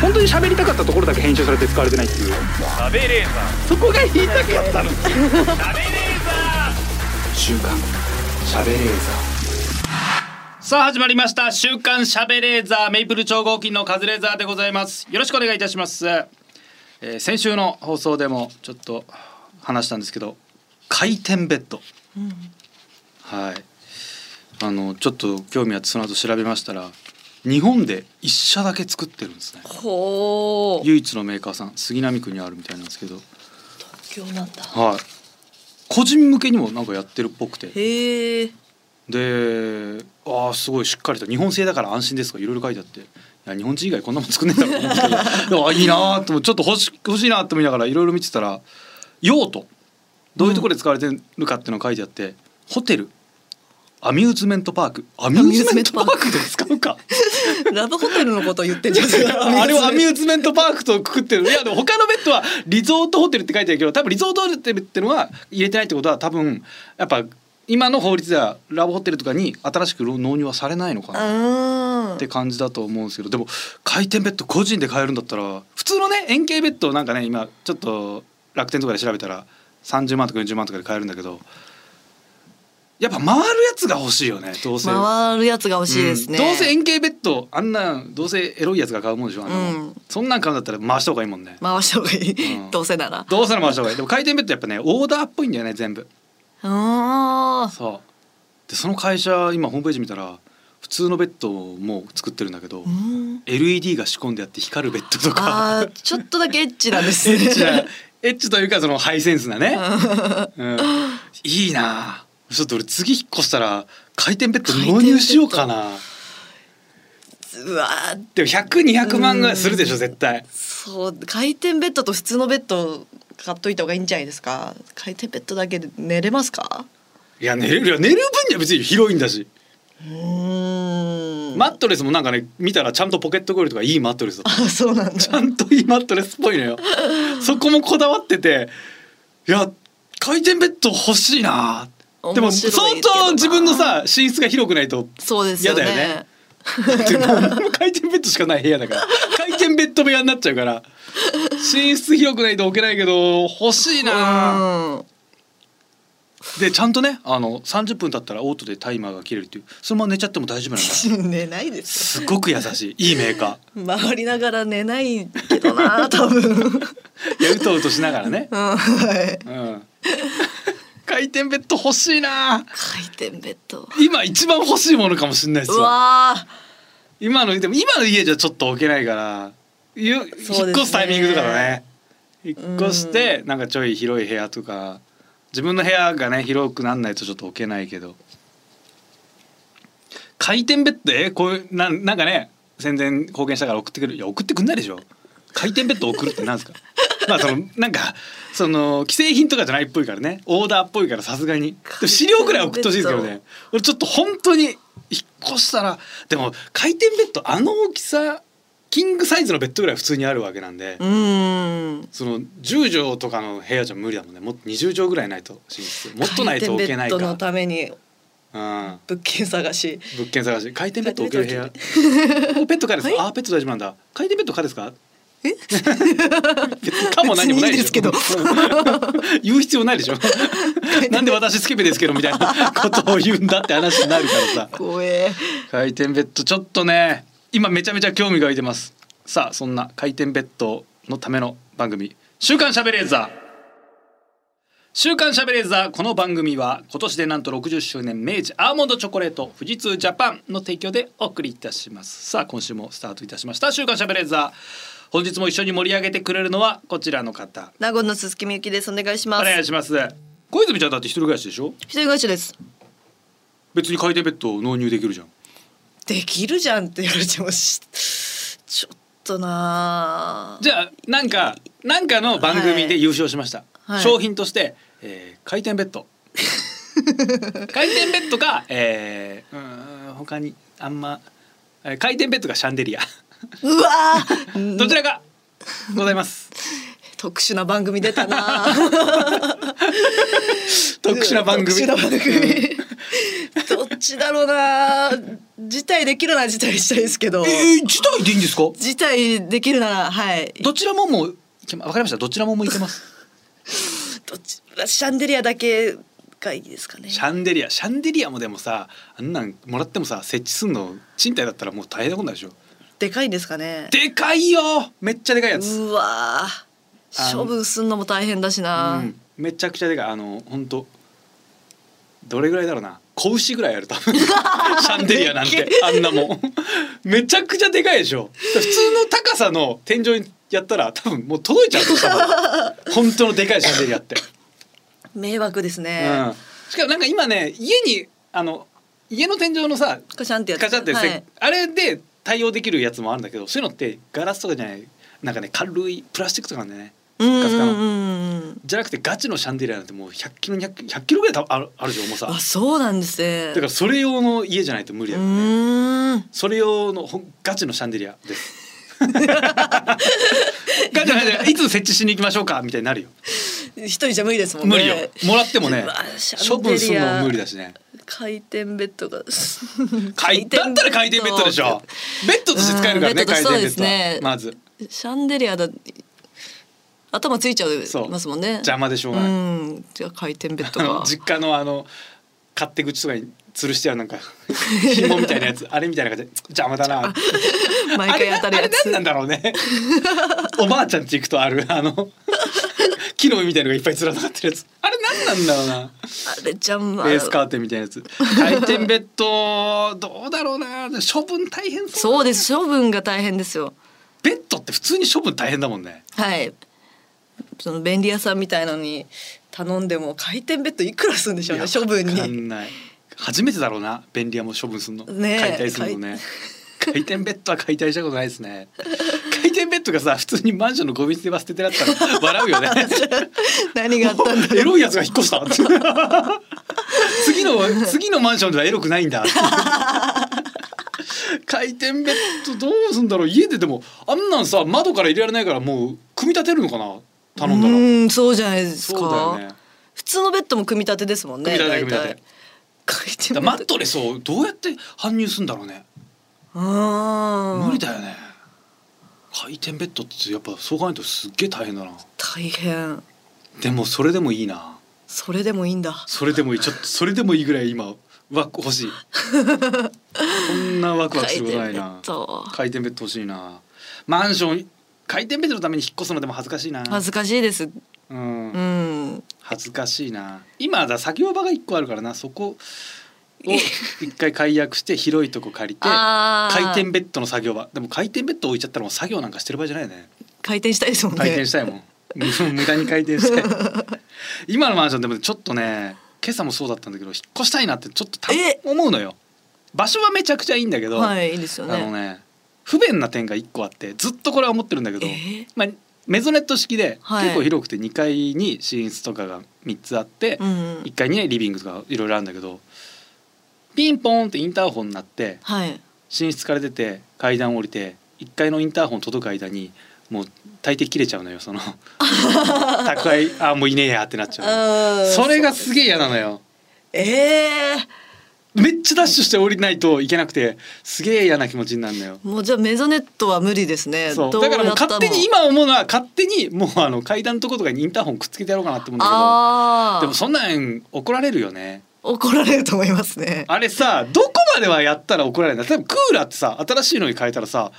本当に喋りたかったところだけ編集されて使われてないっていう食べレーザそこが言いたかったのー食べレーザ週刊喋れーーさあ始まりました週刊しゃべレーザーメイプル超合金のカズレーザーでございますよろしくお願いいたします、えー、先週の放送でもちょっと話したんですけど回転ベッド、はいあのちょっと興味あってその後調べましたら日本で一社だけ作ってるんですねほう。唯一のメーカーさん杉並区にあるみたいなんですけど東京なんだ。はい個人向けにもなんかやってるっぽくてへえ。でああすごいしっかりと日本製だから安心ですとかいろいろ書いてあっていや日本人以外こんなもん作んねえだろうと思うんですけどでもあいいなーと思ってちょっと欲し欲しいなと思いながらいろいろ見てたら用途どういうところで使われてるかっていうのが書いてあって、ホテルアミューズメントパークアミューズメントパークで使うかラブホテルのこと言ってんじゃん。 あれをアミューズメントパークとくくってるいやでも他のベッドはリゾートホテルって書いてあるけど多分リゾートホテルってのは入れてないってことは多分やっぱ今の法律ではラブホテルとかに新しく納入はされないのかなあっーて感じだと思うんですけどでも回転ベッド個人で買えるんだったら普通のね円形ベッドなんかね今ちょっと楽天とかで調べたら30万とか40万とかで買えるんだけどやっぱ回るやつが欲しいよねどうせ。回るやつが欲しいですね。うんどうせ円形ベッドあんなんどうせエロいやつが買うもんでしょあんなもん、うんそんなん買うんだったら回した方がいいもんね回した方がいい。うんどうせなら。どうせなら回した方がいいでも回転ベッドやっぱねオーダーっぽいんだよね全部ああ。そうでその会社今ホームページ見たら普通のベッドも作ってるんだけど、うん。 LED が仕込んであって光るベッドとかああ、ちょっとだけエッチなんですエね。ッチなエッチというかそのハイセンスな ね、うん、いいなあちょっと俺次引っ越したら回転ベッド納入しようかなうわーでも100200万ぐらいするでしょ絶対そう回転ベッドと普通のベッド買っといた方がいいんじゃないですか。回転ベッドだけで寝れますか。いや寝れるよ寝る分には別に広いんだし、うーん。マットレスもなんかね見たらちゃんとポケットコイルとかいいマットレスだったあ、 そうなんだ。 ちゃんといいマットレスっぽいのよそこもこだわってていや回転ベッド欲しいなでも面白いけどな相当自分のさ寝室が広くない とそうですよね。嫌だよねでもう回転ベッドしかない部屋だから回転ベッド部屋になっちゃうから寝室広くないと置けないけど欲しいなうん。でちゃんとねあの30分経ったらオートでタイマーが切れるっていうそのまま寝ちゃっても大丈夫なの寝ないですすごく優しいいいメーカ回りながら寝ないけど な多分ーいやうとうとしながらね、うん、はい、うん、回転ベッド欲しいな回転ベッド今一番欲しいものかもしれないですうわわー今のでも今の家じゃちょっと置けないからゆ引っ越そうですねすタイミングとかだね引っ越してなんかちょい広い部屋とか自分の部屋がね広くなんないとちょっと置けないけど回転ベッドえこういうなんなんかね宣伝貢献したから送ってくるいや送ってくんないでしょ回転ベッド送るってなんです かまあそのなんかその既製品とかじゃないっぽいからねオーダーっぽいからさすがにでも資料ぐらい送ってほしいですけどね俺ちょっと本当に引っ越したらでも回転ベッドあの大きさキングサイズのベッドぐらい普通にあるわけなんで、うんその10畳とかの部屋じゃ無理だもんねもっと20畳ぐらいないと寝室もっとないと置けない回転ベッドのか、ためうにん、物件探し物件探し回転ベッド置ける部屋回おペットかですか、はいあーペット大丈夫なんだ回転ベッドかですかえかも何もないでしょ別にい いで言う必要ない でしょなんで私スケベですけどみたいなことを言うんだって話になるからさ怖え回転ベッドちょっとね今めちゃめちゃ興味が湧いてますさあそんな回転ベッドのための番組「週刊しゃべれーザー」週刊しゃべれーザーこの番組は今年でなんと60周年明治アーモンドチョコレート富士通ジャパンの提供でお送りいたしますさあ今週もスタートいたしました週刊しゃべれーザー本日も一緒に盛り上げてくれるのはこちらの方名護のすすきみゆきですお願いしおます願いします小泉ちゃんだって一人暮らしでしょ一人暮らしです別に回転ベッドを納入できるじゃんできるじゃんって言われてもしちょっとなじゃあなんかなんかの番組で優勝しました、はい商品として、えー回転ベッ ド回転ベッドか、えー、うーん他にあんまえー回転ベッドかシャンデリアあうわー どちらかございます特殊な番組出たな 特殊な番組特殊な番組どっちだろうな辞退できるなら辞退したいですけど、えー、辞退でいいんですか辞退できるならはいどちらももういけまわかりましたどちらももういけますどっちシャンデリアだけがいいですかねシャンデリアシャンデリアもでもさあんなんもらってもさ設置すんの賃貸だったらもう大変なことになるでしょでかいんですかねでかいよめっちゃでかいやつうわーあの処分すんのも大変だしな、うん、めちゃくちゃでかいあの本当どれぐらいだろうな子牛ぐらいある多分シャンデリアなんてあんなもんめちゃくちゃでかいでしょ普通の高さの天井にやったら多分もう届いちゃうよ多分本当のでかいシャンデリアって、迷惑ですね、うん、しかもなんか今ね家にあの家の天井のさカシャンってやつカチャってせ、はいあれで対応できるやつもあるんだけどそういうのってガラスとかじゃないなんかね軽いプラスチックとかなんだよねうんカスカのうんうんうんじゃなくてガチのシャンデリアなんてもう100キロ200 100キロぐらい多分あるあるじゃん重さあそうなんですねだからそれ用の家じゃないと無理うだよねーんそれ用のほんガチのシャンデリアです ガチのシャンデリアいつ設置しに行きましょうかみたいになるよ一人じゃ無理ですもんね無理よもらってもねうわシャ処ンデリア分するのも無理だしね回転ベッドが 回転だったら回転ベッドでしょベッドとして使えるからねうんベ回ッドと転そベうッですドは、ねまずシャンデリアだ頭ついちゃいそうますもんね邪魔でしょううがない、んじゃあ回転ベッドあ のか実家のあの勝手口とかに吊るしてあるなんか紐みたいなやつあれみたいな感じで邪魔だな毎回当たるあやれなあれつ何なんだろう ねおばあちゃんち行くとあるあの木の実みたいのがいっぱい連なってるやつあれ何なんだろうあれ邪魔なレースカーテンみたいなやつ回転ベッドどうだろうな処分大変そうそうです処分が大変ですよベッドって普通に処分大変だもんねはいその便利屋さんみたいのに頼んでも回転ベッドいくらするんでしょうねいや処分わかにんない初めてだろうな便利屋も処分するの、ねえ解体するのね回転ベッドは解体したことないですね回転ベッドがさ普通にマンションのゴミ捨て場捨ててあったら笑う よね 何があったんだろ うエロいやつが引っ越した 次の次のマンションではエロくないんだ 回転ベッドどうすんだろう家ででもあんなんさ窓から入れられないからもう組み立てるのかな頼んだうらんそうじゃないですかそうだよね普通のベッドも組み立てですもんね組み立て大体組み立て回転だベからマッットレスをどうやって搬入するんだろうねドうん無理だよね回転ベッドってやっぱそう考えるとすっげえ大変だな大変でもそれでもいいなそれでもいいんだそれでもいいちょっとそれでもいいぐらい今ワク欲しいこんなワクワクすることないな回転ベ回転ベッドッド欲しいなマンション回転ベッドのために引っ越すのでも恥ずかしいな恥ずかしいですうんうん恥ずかしいな今だ作業場が一個あるからなそこを一回解約して広いとこ借りてあー回転ベッドの作業場でも回転ベッド置いちゃったらもう作業なんかしてる場合じゃないよね回転したいですもんね 回転したいもん無駄に回転したい 今のマンションでもちょっとね今朝もそうだったんだけど引っ越したいなってちょっとたえ思うのよ場所はめちゃくちゃいいんだけど、はいいいですあよのねね不便な点が一個あってずっとこれは思ってるんだけど、えーまあ、メゾネット式ではい結構広くて2階に寝室とかが3つあって、うん1階にねリビングとかいろいろあるんだけどピンポーンってインターホンになってはい寝室から出て階段降りて1階のインターホン届く間にもう大抵切れちゃうのよ その宅配あもういねえやってなっちゃうあーそれがすげえ嫌なのよええめっちゃダッシュして降りないといけなくてすげえ嫌な気持ちになるのよもうじゃあメゾネットは無理ですねそうどだからもうやった勝手に今思うのは勝手にもうあの階段のとことかにインターホンくっつけてやろうかなって思うんだけどああでもそんなん怒られるよね怒られると思いますねあれさどこまではやったら怒られない例えばクーラーってさ新しいのに変えたらさ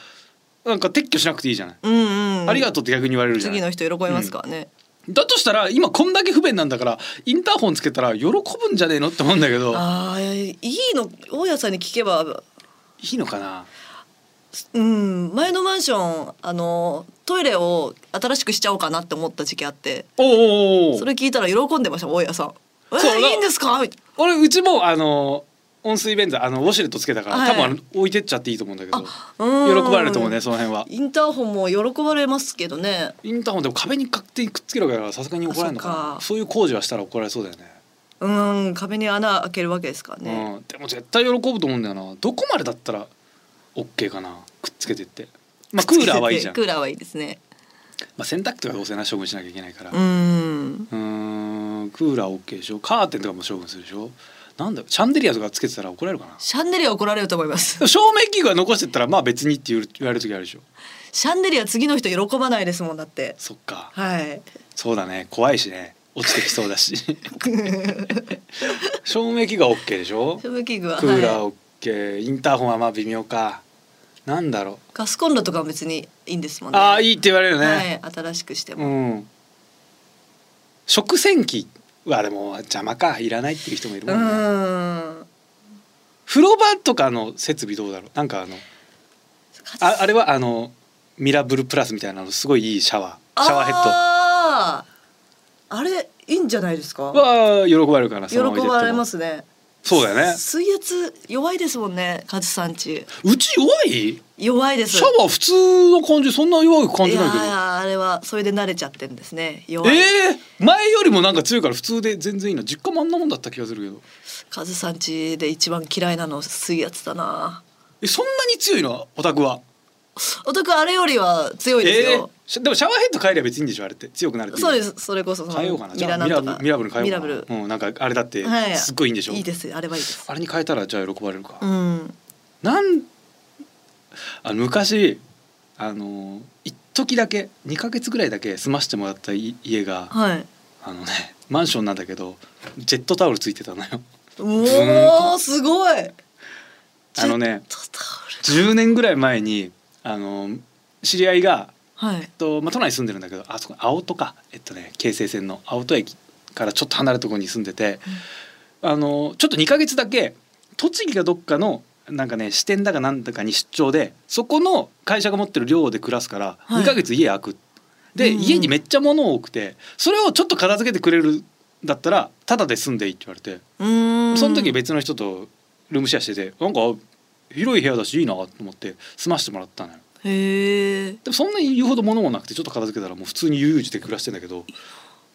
なんか撤去しなくていいじゃない、うんうんありがとうって逆に言われるじゃない次の人喜びますからね、だとしたら今こんだけ不便なんだからインターホンつけたら喜ぶんじゃねえのって思うんだけどああいいの大家さんに聞けばいいのかなうん前のマンションあのトイレを新しくしちゃおうかなって思った時期あっておうおうおうそれ聞いたら喜んでました大家さん「えそうー、いいんですか?みたい俺うちもあの温水便座あのウォシュレットつけたから、はい多分あの置いてっちゃっていいと思うんだけどな」うん喜ばれると思うねその辺はインターホンも喜ばれますけどねインターホンでも壁に勝手にくっつけるわけだからさすがに怒られるのかなあそそううかいう工事はしたら怒られそうだよねうん壁に穴開けるわけですからね、うん、でも絶対喜ぶと思うんだよなどこまでだったら OK かなくっつけてってまあクーラーはいいじゃん、クまーラーはいいですねあ、洗濯機とかどうせな処分しなきゃいけないからうんうーんクーラー OK でしょカーテンとかも処分するでしょなんだよシャンデリアとかつけてたら怒られるかなシャンデリア怒られると思います。 照明器具は残してったらまあ別にって言う言われる時あるでしょシャンデリア次の人喜ばないですもんだって。そっかはい。そうだね怖いしね落ちてきそうだ し照明器具は OK でしょシャムキングは、クーラはー OK インターホンはまあ微妙かなんだろうい、ガスコンロとかは別にいいんですもんね。ああいいって言われるよね、はい、新しくしても。うん食洗機はでも邪魔かいらないっていう人もいるうもんね、ーん。風呂場とかの設備どうだろうなんかあのああれはあのミラブルプラスみたいなのすごいいいシャワーシャワーヘッドあーあれいいんじゃないですか。は喜ばれるから喜ばれますすね。そうだよね水圧弱いですもんね、カズさんち。うち弱い弱いです。シャワー普通の感じそんな弱く感じないけいやーあれはそれで慣れちゃってんですね。ど弱い。えー、前よりもなんか強いから普通で全然いいな実家もあんなもんだった気がするけどカズさんちで一番嫌いなの水圧だな。えそんなに強いのオタクはお宅あれよりは強いですえよー。しでもシャワーヘッド変えれば別にいいんでしょあれって強くなるっていそうです。それこそその変えようかなじミゃあラなミんラとブかミラブル変えようかなミラブルうん、なんかあれだってはいすっごいいいんでしょ、いいです。あれはいいです。あれに変えたらじゃあ喜ばれるか、うん。なんあの昔あの一時だけ2ヶ月ぐらいだけ住ましてもらったい家がはい。あのねマンションなんだけどジェットタオルついてたのよおおすごい。あのねジェットタオル。 10年ぐらい前にあの知り合いが、はいえっ。とまあ、都内に住んでるんだけどあそこ青戸かえっとね京成線の青戸駅からちょっと離れたところに住んでて、あのちょっと2ヶ月だけ栃木がどっかのなんかね支店だかなんだかに出張でそこの会社が持ってる寮で暮らすからはい2ヶ月家空く、で、うんうん家にめっちゃ物多くてそれをちょっと片付けてくれるんだったらタダで住んでいいって言われて。うーん。その時別の人とルームシェアしててなんか広い部屋だしいいなと思って住ましてもらったのよへえ。でもそんなに言うほど物もなくてちょっと片付けたらもう普通に悠々自適に暮らしてんだけど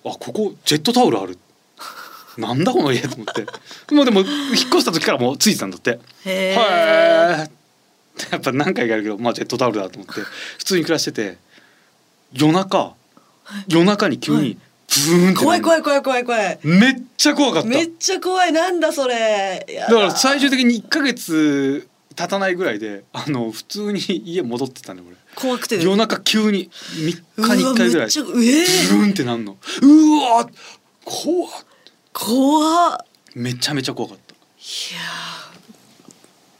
あここジェットタオルあるなんだこの家と思ってもうでも引っ越した時からもうついてたんだってへえ。はいやっぱ何回かやるけどまあジェットタオルだと思って普通に暮らしてて夜中夜中に急はにいブーンって怖い怖いい怖い怖い怖い。めっちゃ怖かっためっちゃ怖いなんだそれ。やだから最終的に1ヶ月経たないぐらいであの普通に家戻ってたね俺怖くて夜中急に3日うわに1回ぐらめいっちゃえブー、ーンってなんのうわ怖っ怖っめちゃめちゃ怖かっいや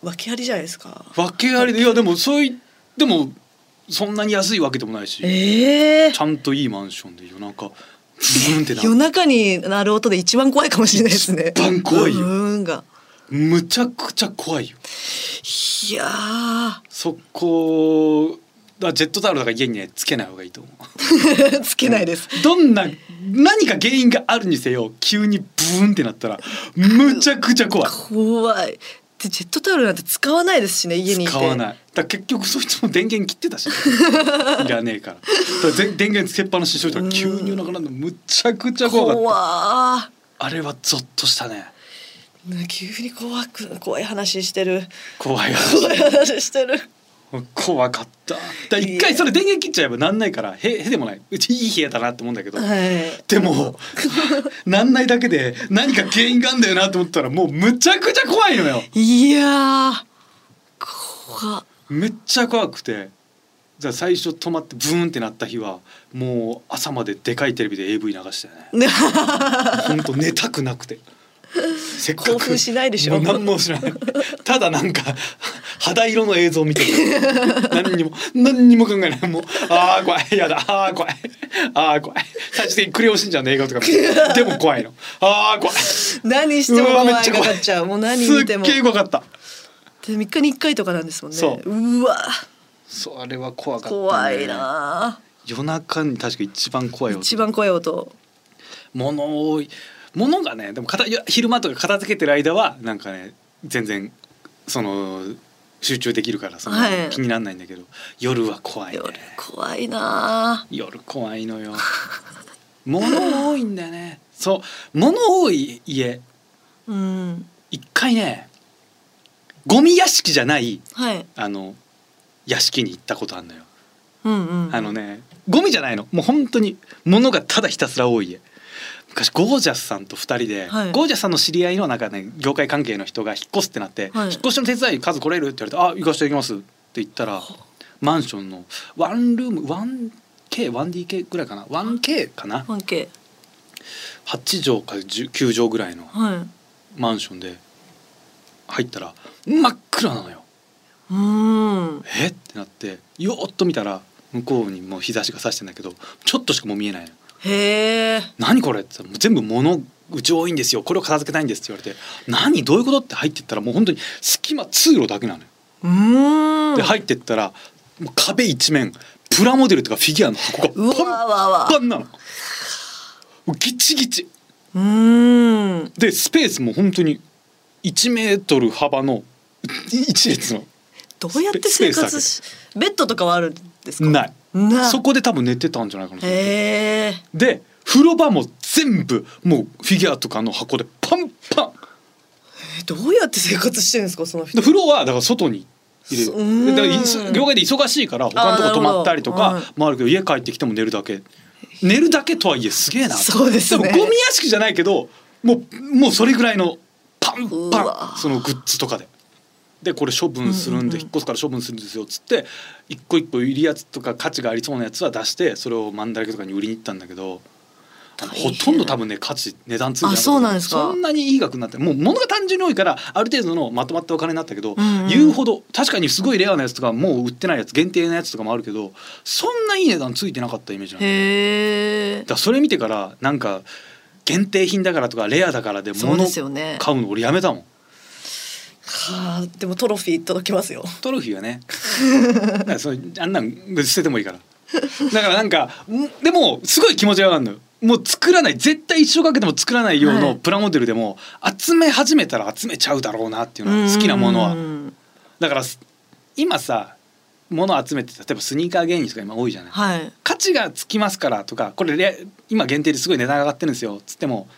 ー訳ありじゃないですかた訳ありでいやでもそういでもそんなに安いわけでもないしちええゃんといいマンションで夜中ブーンってな夜る中に鳴る音で一番怖いかもしれないですね一番怖いようーんがむちゃくちゃ怖いよいやーそこだからジェットタオルだから家にねつけない方がいいと思う つけないですどんな何か原因があるにせよ急にブーンってなったらむちゃくちゃ怖い怖いでジェットタオルなんて使わないですしね家にいて使わないだから結局そいつも電源切ってた しいらねえからだからぜ電源つけっぱなしにしといたら急になくなるのむちゃくちゃ怖かっ怖ーたあれはゾッとしたねね急に怖く怖い話してる怖い 怖い話してる怖かっただから一回それ電源切っちゃえばなんないからへへでもないうちいい部屋だなって思うんだけど、はいでも なんないだけで何か原因があんだよなと思ったらもうむちゃくちゃ怖いのよいやー怖っめっちゃ怖くてじゃあ最初止まってブーンってなった日はもう朝まででかいテレビで AV 流して ねほんと寝たくなくてせっかく興奮しないでしょもう何もしないただなんか肌色の映像見てる何にも何にも考えないもうああ怖いやだああ怖いああ怖い最終的にクレヨンしんちゃんの映画とか見てでも怖いのああ怖い何 してもうわめ怖っいちゃかか怖っいちゃうもう何見てもすっげえ怖かったで3日に1回とかなんですもんねそううわそれは怖かった、ね、怖いな夜中に確か一番怖い音一番怖い音物多い物がねでも片いや昼間とか片付けてる間はなんかね全然その集中できるからその、はい気にならないんだけど夜は怖いね夜怖いな夜怖いのよ 物多いんだよねそう物多い家うん一回ねゴミ屋敷じゃないはいあの屋敷に行ったことあんのようんうんあのねゴミじゃないのもう本当に物がただひたすら多い家昔ゴージャスさんと2人で、はいゴージャスさんの知り合いのなんかね業界関係の人が引っ越すってなって、はい引っ越しの手伝い数来れるって言われて「あ行かせていきます」って言ったらマンションのワンルーム 1K1DK ぐらいかな 1K かな 1K 8畳か10 9畳ぐらいのはいマンションで入ったら真っ暗なのよ。うーんえってなってよーっと見たら向こうにもう日差しが差してんだけどちょっとしかもう見えないのへえ何これって言ったらもう全部物うち多いんですよこれを片付けたいんですって言われて何どういうことって入ってったらもう本当に隙間通路だけなのよ、うーんで入ってったらもう壁一面プラモデルとかフィギュアの箱がうわパンわわパンなのもうギチギチうーんでスペースも本当に1メートル幅の1列のどうやって生活しベッドとかはあるんですかないないそこで多分寝てたんじゃないかなへえで風呂場も全部もうフィギュアとかの箱でパンパンどうやって生活してるんですかその人で風呂はだから外に入うれーるんだからいそ業界で忙しいから他のとこ泊まったりとあーなかるほもあるけど家帰ってきても寝るだけ寝るだけとはいえすげえなそうですねもゴミ屋敷じゃないけどもうもうそれぐらいのパンうパわンそのグッズとかで。でこれ処分するんうんうんうでん引っ越すから処分するんですよっつって一個一個売りやつとか価値がありそうなやつは出してそれをマンダラケとかに売りに行ったんだけどあの大変ほとんど多分ね価値値段ついてかったあそうなんですかそんなにいい額になってもう物が単純に多いからある程度のまとまったお金になったけど、うんうん言うほど確かにすごいレアなやつとかもう売ってないやつ限定のやつとかもあるけどそんないい値段ついてなかったイメージなんだよへえだからそれ見てからなんか限定品だからとかレアだからでそう物ですよね買うの俺やめたもんはあでもトロフィー届きますよトロフィーは ねだからそれあんなん別に捨ててもいいからだからなんかんでもすごい気持ちが上がるのよもう作らない絶対一生かけても作らないようはのいプラモデルでも集め始めたら集めちゃうだろうなっていうのは好きなものはうんだからす今さ物集めて例えばスニーカー芸人とか今多いじゃない、はい価値がつきますからとかこれレ今限定ですごい値段上がってるんですよっつっても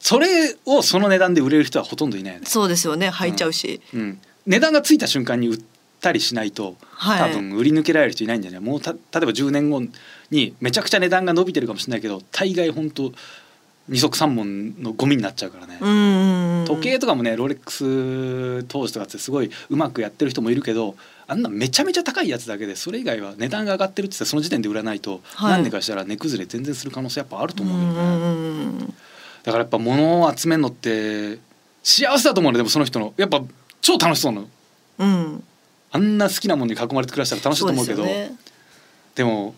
それをその値段で売れる人はほとんどいないよね、そうですよね履いちゃうし、うん、値段がついた瞬間に売ったりしないとは多い分売り抜けられる人いないんだよね、もうた例えば10年後にめちゃくちゃ値段が伸びてるかもしれないけど大概本当二足三門のゴミになっちゃうからね、うんうんうん時計とかもねロレックス投資とかってすごいうまくやってる人もいるけどあんなめちゃめちゃ高いやつだけでそれ以外は値段が上がってるって言ったらその時点で売らないと、はい何年かしたら値崩れ全然する可能性やっぱあると思ううけんどうね、んうんうんだからやっぱ物を集めるのって幸せだと思うねでもその人のやっぱ超楽しそうなのうんあんな好きなものに囲まれて暮らしたら楽しいと思うけどそですよねでも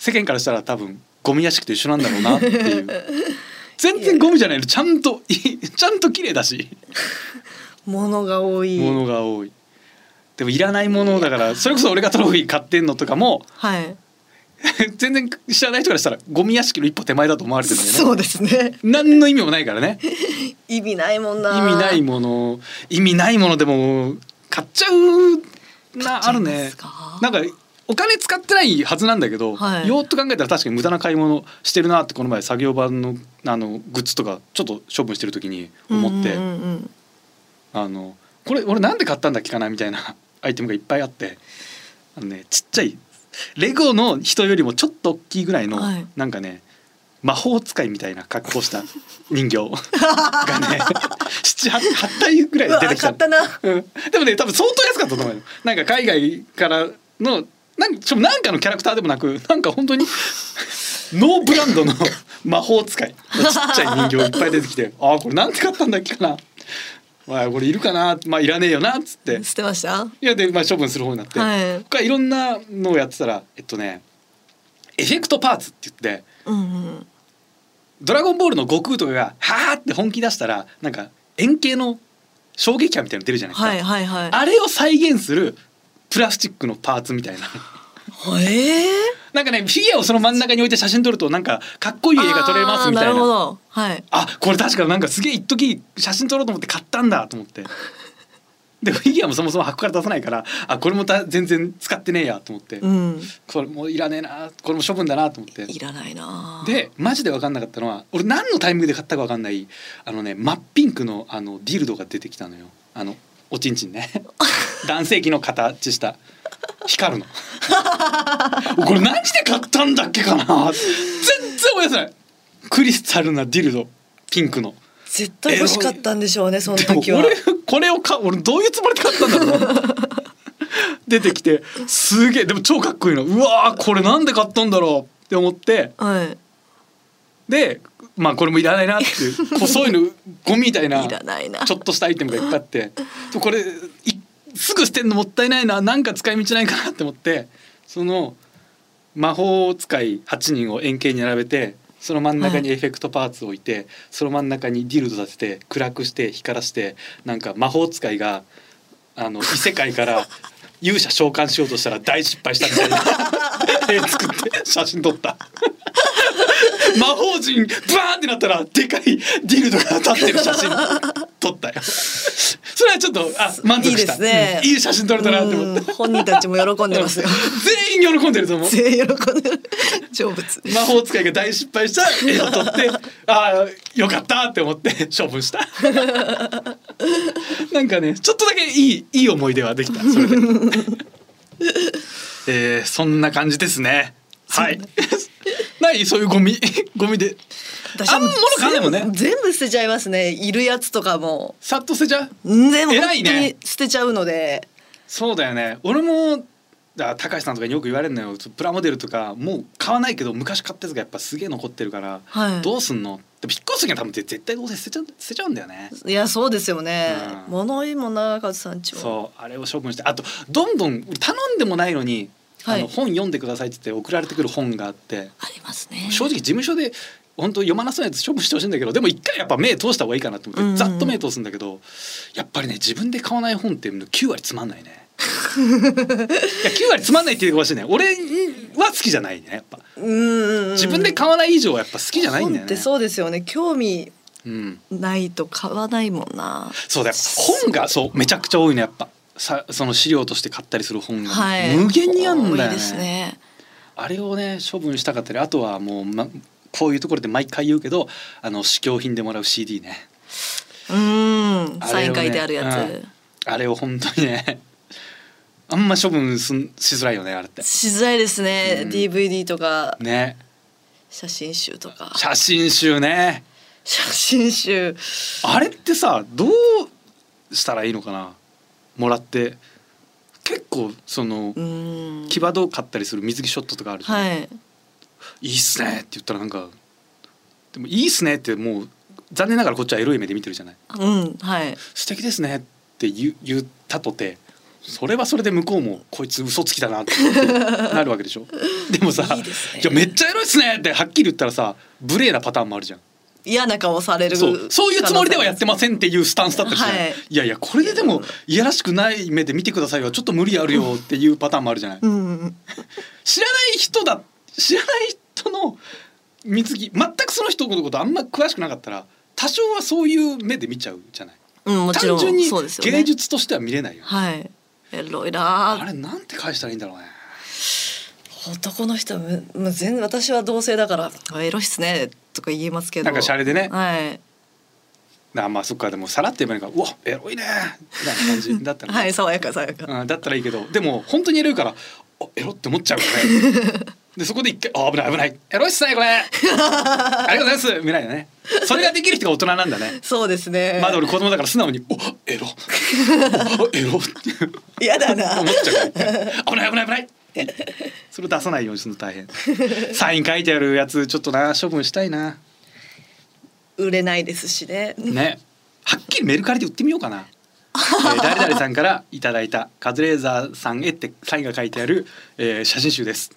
世間からしたら多分ゴミ屋敷と一緒なんだろうなっていう 全然ゴミじゃないのちゃんといい ちゃんと綺麗だし物が多いものが多いでもいらないものだからそれこそ俺がトロフィー買ってんのとか もはい、全然知らない人からしたらゴミ屋敷の一歩手前だと思われてるんだよそねうですね何の意味もないからね意味ないもん意な味ないもの意味ないものでも買っちゃうなあるねなんかお金使ってないはずなんだけど、はいよーっと考えたら確かに無駄な買い物してるなってこの前作業場のあのグッズとかちょっと処分してる時に思って、うんうんうんあのこれ俺なんで買ったんだっけかなみたいな アイテムがいっぱいあってあの、ね、ちっちゃいレゴの人よりもちょっと大きいぐらいの、はいなんかね魔法使いみたいな格好した人形が ね78体ぐらういわ出てきた買のったなうん でもね多分相当安かったと思うよなんか海外からのなんしかもなんかのキャラクターでもなくなんか本当 にノーブランドの 魔法使いちっちゃい人形いっぱい出てきてああこれなんて買ったんだっけかなまあこれいるかなまあいらねえよなっつって捨てましたいやで、まあ、処分する方になって、はい他いろんなのをやってたらえっとねエフェクトパーツって言ってうんうんドラゴンボールの悟空とかが「はあ!」って本気出したらなんか円形の衝撃波みたいなの出るじゃないですか。はいはいはいあれを再現するプラスチックのパーツみたいな。 ええなんかね、フィギュアをその真ん中に置いて写真撮ると、なんかかっこいい絵が撮れますみたいあーなるほな。どはいあこれ確かなんかすげえ一時写真撮ろうと思って買ったんだと思って。で、フィギュアもそもそも箱から出さないから、あ、これもた全然使ってねえやと思って。うんこれもういらねえな、これも処分だなと思って。いらないなで、マジで分かんなかったのは、俺何のタイミングで買ったか分かんない。あのね、真っピンクの、あのディルドが出てきたのよ。あの、おちんちん ね。男性器の形した。光るの。これ何で買ったんだっけかな。全然思い出せない。クリスタルなディルドピンクの絶対欲しかったんでしょうねそのでも時は俺これをか俺どういうつもりで買ったんだろう出てきてすげえでも超かっこいいのうわーこれなんで買ったんだろうって思ってはいでまあこれもいらないなって いう細いのゴミみたいないらないなちょっとしたアイテムがいっぱいあってでこれいすぐ捨てるのもったいないななんか使い道ないかなって思ってその魔法使い8人を円形に並べてその真ん中にエフェクトパーツを置いて、その真ん中にディルド立てて暗くして光らしてなんか魔法使いがあの異世界から勇者召喚しようとしたら大失敗したみたいな絵作って写真撮った。 魔法陣バーンってなったらでかいディルドが立ってる写真撮ったよそれはちょっとあ満足したいいですねうんいい写真撮れたなって思うっんた本人たちも喜んでますよ全員喜んでると思う全員喜んでる成仏魔法使いが大失敗した絵を撮ってああよかったって思って処分した なんかねちょっとだけいいいい思い出はできたそれで、えーそんな感じですねはい ないそういうゴミゴミで私はあんま物買わないもんね全部全部捨てちゃいますねいるやつとかもさっと捨てちゃうでも偉い本ね当に捨てちゃうので、そうだよね俺もだ高橋さんとかによく言われるのよプラモデルとかもう買わないけど昔買ったやつがやっぱすげえ残ってるから、はいどうすんのでも引っ越す時は多分絶対どうせ捨てちゃう捨てちゃうんだよねいやそうですよね、うん物言いも長和さんちもそうあれを処分してあとどんどん頼んでもないのに、はいあの本読んでくださいって言って送られてくる本があってありますね正直事務所で本当読まなそうなやつ処分してほしいんだけどでも一回やっぱ目通した方がいいかなと思って、うんうんざっと目通すんだけどやっぱりね自分で買わない本って9割つまん ないね。いや9割つまんないって言うかもしれない俺は好きじゃないねやっぱ自自分で買わない以上はやっぱ好きじゃないんだ本よっねて。そうですよね興味うんないと買わないもんなそうだよ本がそうめちゃくちゃ多いのやっぱさその資料として買ったりする本が、はい無限にあるんだよ多いねですねあれをね処分したかったりあとはもう、ま、こういうところで毎回言うけどあの試供品でもらう CD ねうんあれをねサイン書いてあるやつ、うんあれを本当にね あんま処分すんしづらいよねあれってしづらいですね、うん DVD とかね写 真集とか写真集ね写真集あれってさどうしたらいいのかなもらって結構そのうん騎馬道買ったりする水着ショットとかあるじゃん、はいいいっすねって言ったらなんかでもいいっすねってもう残念ながらこっちはエロい目で見てるじゃないうんはい素敵ですねって言う言ったとてそれはそれで向こうもこいつ嘘つきだなって なるわけでしょでもさいいですねやめっちゃエロいっすね」ってはっきり言ったらさ無礼なパターンもあるじゃん嫌な顔されるそうそういうつもりではやってまんせんっていうスタンスだったりしない、はいい、やいやこれででもいやらしくない目で見てくださいはちょっと無理あるよっていうパターンもあるじゃないうん知らない人だ知らない人の水着全くその人のことあんま詳しくなかったら多少はそういう目で見ちゃうじゃないうんもちろ単ん純にそうですよね芸術としては見れないよねはいエロいあなあれなんて返したらいいんだろうね男の人はむもう全私は同性だからあエロいっすねとか言えますけどなんかシャレでねはいあまあそっかでもさらって言えばいいのかうわエロいねみたいな感じだったら、はい爽やか爽やかうん、だったらいいけどでも本当にエロいからあエロって思っちゃうよ ねでそこで一回あ危ない危ないエロいっすねこれありがとうございますみたいなねそれができる人が大人なんだねそうですねまだ俺子供だから素直に「おエロおエロ」って嫌だな思っちゃうからね危ない危ない危ないそれを出さないようにするの大変サイン書いてあるやつちょっとな処分したいな売れないですしねねはっきりメルカリで売ってみようかなえー誰々さんからいただいたカズレーザーさんへってサインが書いてある、えー写真集です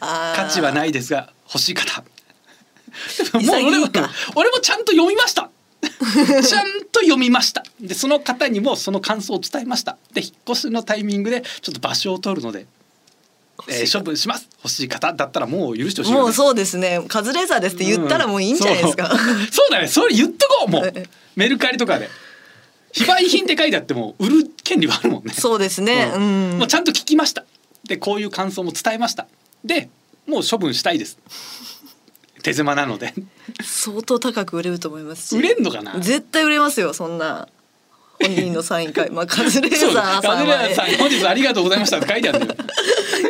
価価値はいないですが欲しい方 潔いもかう俺も俺もちゃんと読みました ちゃんと読みましたでその方にもその感想を伝えましたで引っ越しのタイミングでちょっと場所を取るので、えー処分します欲しい方だったらもう許してほしいよねもうそうですねカズレーザーですって言ったらもういいんじゃないですか、うんそうそうだねそれ言っとこうもうええメルカリと かで非売品って書いてあっても売る権利はあるもんねそうですねううんん、もうちゃんと聞きましたでこういう感想も伝えましたでもう処分したいです手狭なので相当高く売れると思いますし売れんのかな絶対売れますよそんな本人のサイ ン会、まあ、カズレそーうザだーさカんズレーはザーねさん本日ありがとうございましたって書いてあるのよ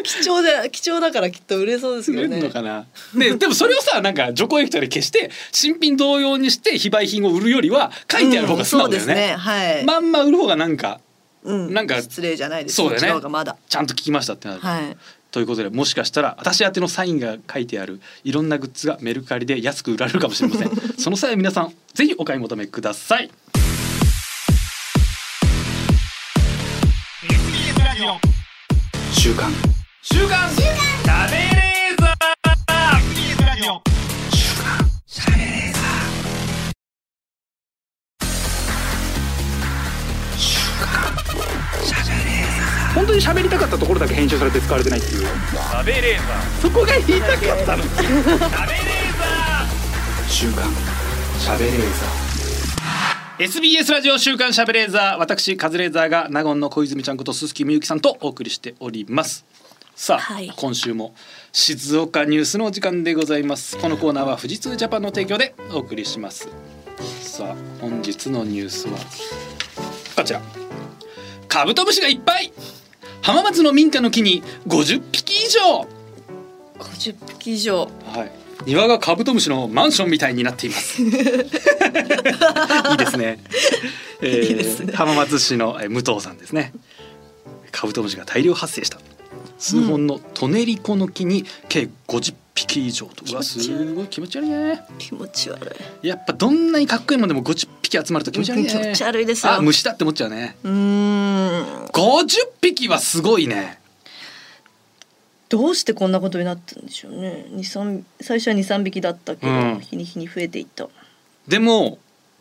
貴重で貴重だからきっと売れ そうです売けれどるねのかなででもそれをさなんか除光液とかで消して新品同様にして非売品を売るよりは書いてある方が素直だようんそうですねね,、はい、まんま売る方がなんかうん、なんか失礼じゃないですそうだよねこっちの方がまだちゃんと聞きましたってなる、はいということでもしかしたら私宛てのサインが書いてあるいろんなグッズがメルカリで安く売られるかもしれませんその際は皆さんぜひお買い求めください TBS ラジオ週刊週刊週刊食べレーザー TBS ラジオ本当に喋りたかったところだけ編集されて使われてないっていうそこが言いたかったの週刊喋れーザ SBS ラジオ週刊しゃべレーザー私カズレーザーが納言の小泉ちゃんこと鈴木みゆきさんとお送りしておりますさあ、はい今週も静岡ニュースのお時間でございますこのコーナーは富士通ジャパンの提供でお送りしますさあ本日のニュースはこちらカブトムシがいっぱい浜松の民家の木に50匹以上50匹以上はい、庭がカブトムシのマンションみたいになっています。いいですね。えー いいですね浜松市のえー武藤さんですね。カブトムシが大量発生した。数本のトネリコの木に計50匹以上と、うわ気持ち悪いすごい気持ち悪いね気持ち悪いやっぱどんなにかっこいいものでも50匹集まると気持ち悪いねうん気持ち悪いですよあ虫だって思っちゃうねうーん50匹はすごいねどうしてこんなことになったんでしょうね二三最初は23匹だったけど、うん日に日に増えていったでも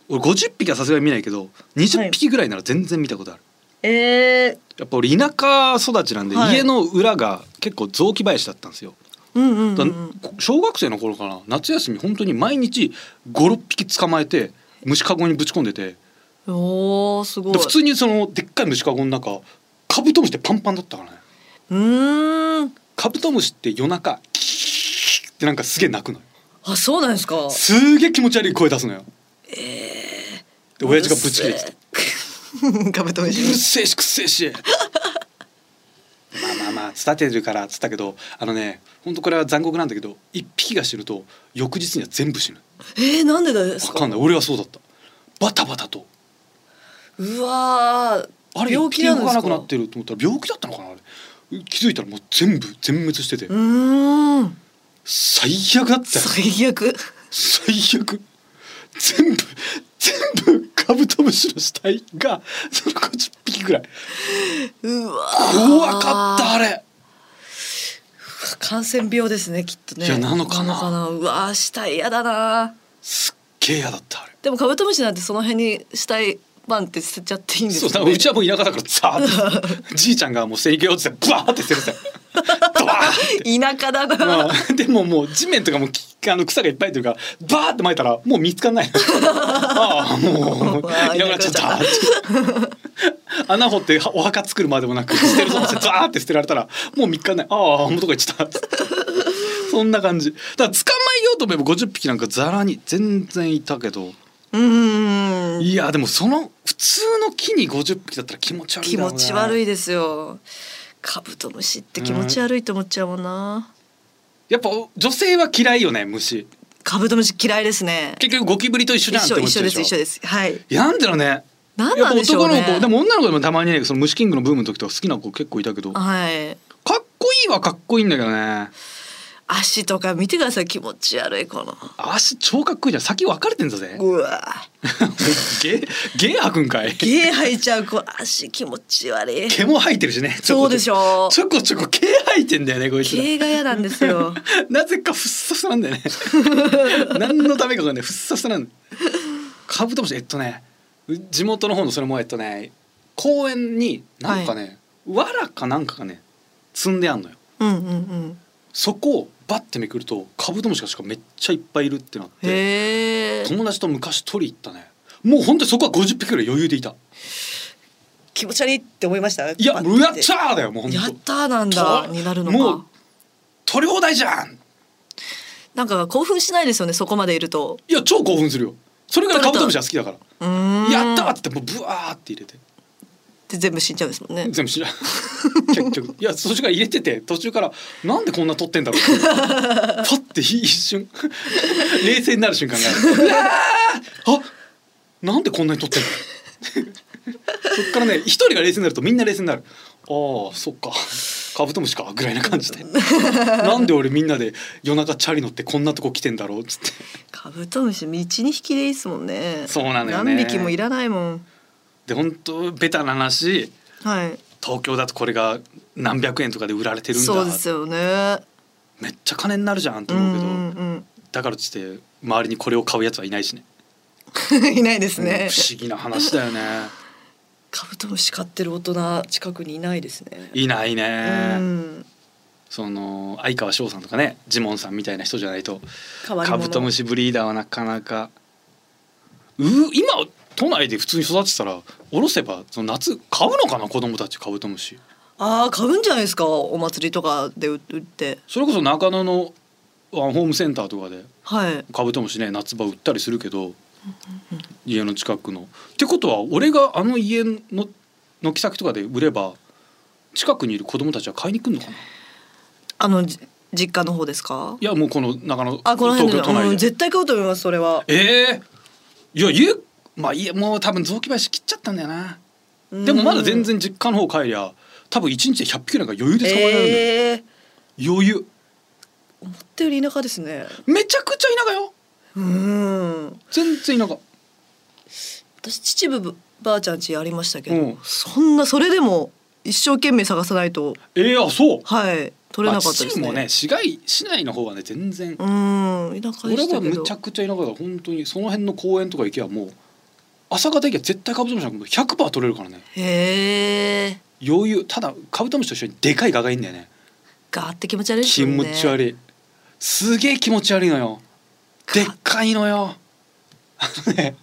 俺50匹はさすがに見ないけどは20い匹ぐらいなら全然見たことある、えー、やっぱ俺田舎育ちなんで、はい家の裏が結構雑木林だったんですよ、うんうん、うだん、小学生の頃かな夏休み本当に毎日56匹捕まえて虫かごにぶち込んでておーすごいで普通にそのでっかい虫かごの中カブトムシってパンパンだったからねうーんカブトムシって夜中キーってなんかすげえ鳴くのよあそうなんですかすげえ気持ち悪い声出すのよで親父がぶち切れてたて カブトムうるシせえしくっせえしまあまあまあ伝てるからっつったけどあのね本当これは残酷なんだけど一匹が死ぬと翌日には全部死ぬえー、なんでですわかかんない俺はそうだったバタバタとうわーあれ病気なんです動かかなくなってると思ったら病気だったのかなあれ気づいたらもう全部全滅しててうーん最悪だったよ最悪最悪全部全部カブトムシの死体がその50匹ぐらいうわ怖かったあれー感染病ですねきっとねいやなのかなうわー死体嫌だなすっげえ嫌だったあれでもカブトムシなんてその辺に死体バンって捨てちゃっていいんですそうよだからねうちはもう田舎だから ザーッてじいちゃんがもう生育落ちてブワーって捨てるんですよドワーって田舎だな、うんでももう地面とかもきあの草がいっぱいいてるからバーって撒いたらもう見つかん ないああもううわーいなくなっちゃったいなくなっち穴掘ってお墓作るまでもなく捨てるぞってザーって捨てられたらもう3日ないああもうどこ行っちゃったそんな感じだから捕まえようと思えば50匹なんかザラに全然いたけどうーんいやでもその普通の木に50匹だったら気持ち悪い気だろう持なち悪いですよカブトムシって気持ち悪いと思っちゃうもんな、やっぱ女性は嫌いよね虫カブトムシ嫌いですね結局ゴキブリと一緒じ一ゃんって緒思っ一ちゃ緒うででしすょ一緒ですはいいやなんでだろうねなんなんでしょうねやっぱ男の子でも女の子でもたまにねその虫キングのブームの時とか好きな子結構いたけどかっはいこいいはかっこいいんだけどね足とか見てください気持ち悪いこの足超かっこいいじゃん先分かれてんだぜうわ ゲゲー吐くんかい毛生えちゃうこの足気持ち 悪い毛も吐いてるしねそうでしょょちょこちょこ毛吐いてんだよねこいつら毛が嫌なんですよ なぜかふっさふさなん だよね何のためかがねふっさふさなんだカブトムシえっとねう地元の方のそれもえっとね公園になんかね、わらかなんかがね積んであんのようんうんうんそこをバッてめくるとカブトムシがしかめっちゃいっぱいいるってなってへえ友達と昔取り行ったねもうほんとにそこは50匹ぐらい余裕でいた気持ち悪いって思いましたいやパッ「てう見てやっちゃー!」だよもうほんとやったーなんだとになるのもかう取り放題じゃんなんか興奮しないですよねそこまでいるといや超興奮するよそれぐらいカブトムシは好きだからうーんやったターってもうブワーって入れてで全部死んじゃうんですもんね全部しない結局いや途中から入れてて途中からなんでこんな取ってんだろうってパッて一瞬冷静になる瞬間があるうわーあなんでこんなに取ってんのそっからね一人が冷静になるとみんな冷静になるああそっかカブトムシかぐらいな感じでなんで俺みんなで夜中チャリ乗ってこんなとこ来てんだろうっつってカブトムシ道に引きでいいっすもんねそうなのよね何匹もいらないもんで本当ベタな話はい東京だとこれが何百円とかで売られてるんだそうですよねめっちゃ金になるじゃんとう思んうけうど、んだからとして周りにこれを買うやつはいないしねうん いないですうんね不思議な話だよ ねカブトムシ飼ってる大人近くにいないですねいないね、うんその相川翔さんとかねジモンさんみたいな人じゃないと変わりカ者ブトムシブリーダーはなかなかうー今都内で普通に育てたらおろせばその夏買うのかな子供たちカブトムシああ買うんじゃないですかお祭りとかで売売ってそれこそ中野のあホームセンターとかではいカブトムシね夏場売ったりするけど家の近くの。ってことは俺があの家の軒先とかで売れば近くにいる子供たちは買いに来るのかなあのじ実家の方ですかいやもうこの中野あこの東辺京で都内で。うん、絶対買うと思いますそれはええいや家まあ家もう多分雑木林切っちゃったんだよな。でもまだ全然実家の方帰りゃ多分一日で100匹なんか余裕で捕まえられるんだよ、ええー、余裕思ったより田舎ですねめちゃくちゃ田舎ようん全然田舎私秩父ばあちゃん家ありましたけど、うんそんなそれでも一生懸命探さないとええあそうはい取れなかったですまね,、あ秩父もね市街市内の方はね全然うん田舎で俺したはけどむちゃくちゃ田舎だから本当にその辺の公園とか行けばもう朝方行けば絶対カブトムシなんかもう100%取れるからねへえ余裕ただカブトムシと一緒にでかいガがいいんだよねガーって気持ち悪いです気よね持ち悪いすげえ気持ち悪いのよでっかいのよあのね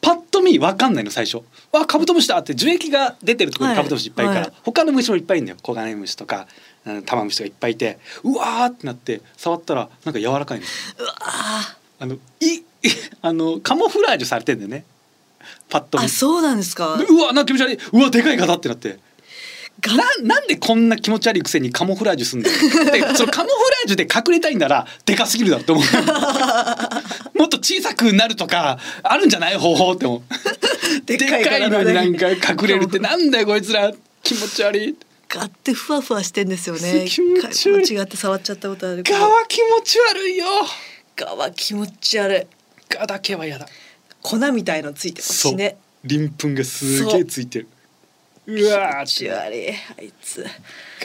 パッと見わかんないの最初わカブトムシだって樹液が出てるところにはカいブトムシいっぱいいるから、はい他の虫もいっぱいいるんだよコガネムシとかうんタマムシとかいっぱいいてうわーってなって触ったらなんか柔らかいのうわああのい あのカモフラージュされてんだよねパッと見あそうなんですかでうわなんか気持ち悪いうわでかい方ってなってガななんでこんな気持ち悪いくせにカモフラージュすんだ よでそのカモフラージュで隠れたいんならでかすぎるだろって思う もっと小さくなるとかあるんじゃない方法って思うででっかいのになんか隠れるってななんだよこいつら気持ち悪いガーってふわふわしてんですよ ね気持ち悪い間違って触っちゃったことあるガガは気持ち悪いよガは気持ち悪いガだけは嫌だ粉みたいのついてますそうしね鱗粉がすげえついてるうわーっ気持てち悪いあいつ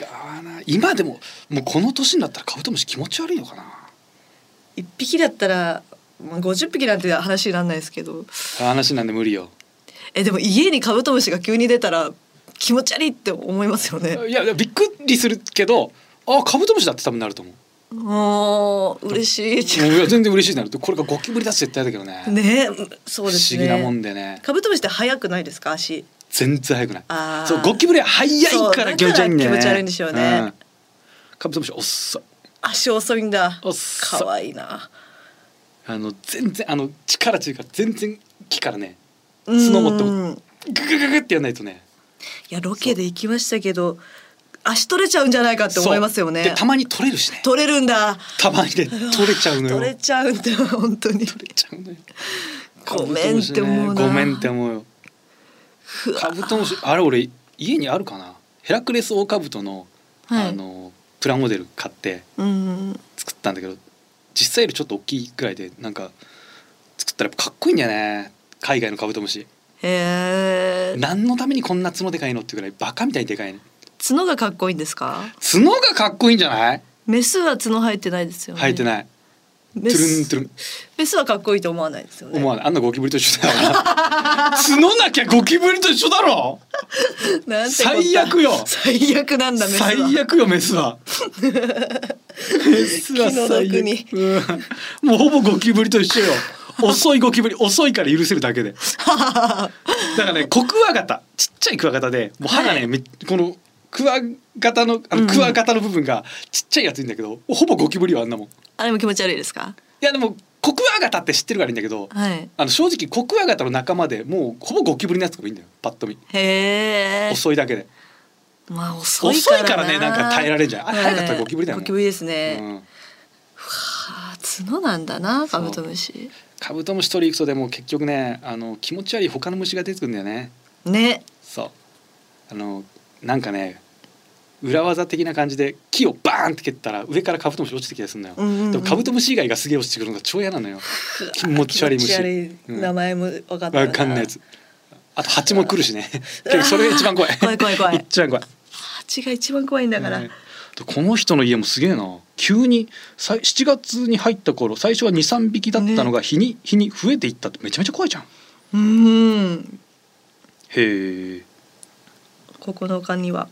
ガはな今でももうこの年になったらカブトムシ気持ち悪いのかな一匹だったらまあ50匹なんて話にならないですけど話なんで無理よえでも家にカブトムシが急に出たら気持ち悪いって思いますよねいやいやびっくりするけどあカブトムシだって多分なると思うあー嬉しいっていや全然嬉しいなるとこれがゴキブリだし絶対だけどねねそう不です思議ねなもんでねカブトムシって速くないですか足全然速くないあーそうゴキブリは速いから気持ち悪いんだよねそうだから気持ち悪いんでしょうねんカブトムシ遅い足遅いんだ遅い可愛いなあの全然あの力強いから全然木からねうん角持ってもググググってやんないとねいやロケで行きましたけど足取れちゃうんじゃないかって思いますよねそうでたまに取れるしね取れるんだたまにね取れちゃうのよ取れちゃうんだ本当に取れちゃうのよごめんって思うなカブトムシねごめんって思うよ カブトムシあれ俺家にあるかなヘラクレスオオカブトの、はいあのプラモデル買ってうん作ったんだけど実際よりちょっと大きいくらいでなんか作ったらやっぱかっこいいんだよね海外のカブトムシへえ何のためにこんな角でかいのってくらいバカみたいにでかいね角がかっこいいんですか角がかっこいいんじゃないメスは角生えてないですよね生えていないトメゥルンストゥルンメスはかっこいいと思わないですよね思わないあんなゴキブリと一緒だから角なきゃゴキブリと一緒だろなんてこと最悪よ最悪なんだメスは最悪よメス はメスは気の毒最に悪、うん、もうほぼゴキブリと一緒よ遅いゴキブリ遅いから許せるだけで だからねコクワガタちっちゃいクワガタでもう歯がね、めこのクワガタのあのクワガタの部分がちっちゃいやついいんだけど、ほぼゴキブリはあんなもんいあれも気持ち悪いですかやでもコクワガタって知ってるからいいんだけどはい。あの正直コクワガタの仲間でもうほぼゴキブリのやつとかいいんだよパッと見へえ。遅いだけでまあ遅遅いいからからねなんか耐えられんじゃんあはい早かったらゴキブリだよねゴキブリですね。うんはあ角なんだなカブトムシ。カブトムシ取り行くとでも結局ねあの気持ち悪い他の虫が出てくるんだよねね。そうあのなんかね裏技的な感じで木をバーンって蹴ったら上からカブトムシ落ちてきたりするのよ、うんうんうんでもカブトムシ以外がすげえ落ちてくるのが超嫌なのよ気持ち悪い虫気持ち悪い名前も分かった。わかんないやつ。あと蜂も来るしね結構それが一番怖い 怖い怖い怖い 一番怖い蜂が一番怖いんだから。ねでこの人の家もすげえな急にさい7月に入った頃最初は23匹だったのが日に日に増えていったってめちゃめちゃ怖いじゃんうーん。へえ9日には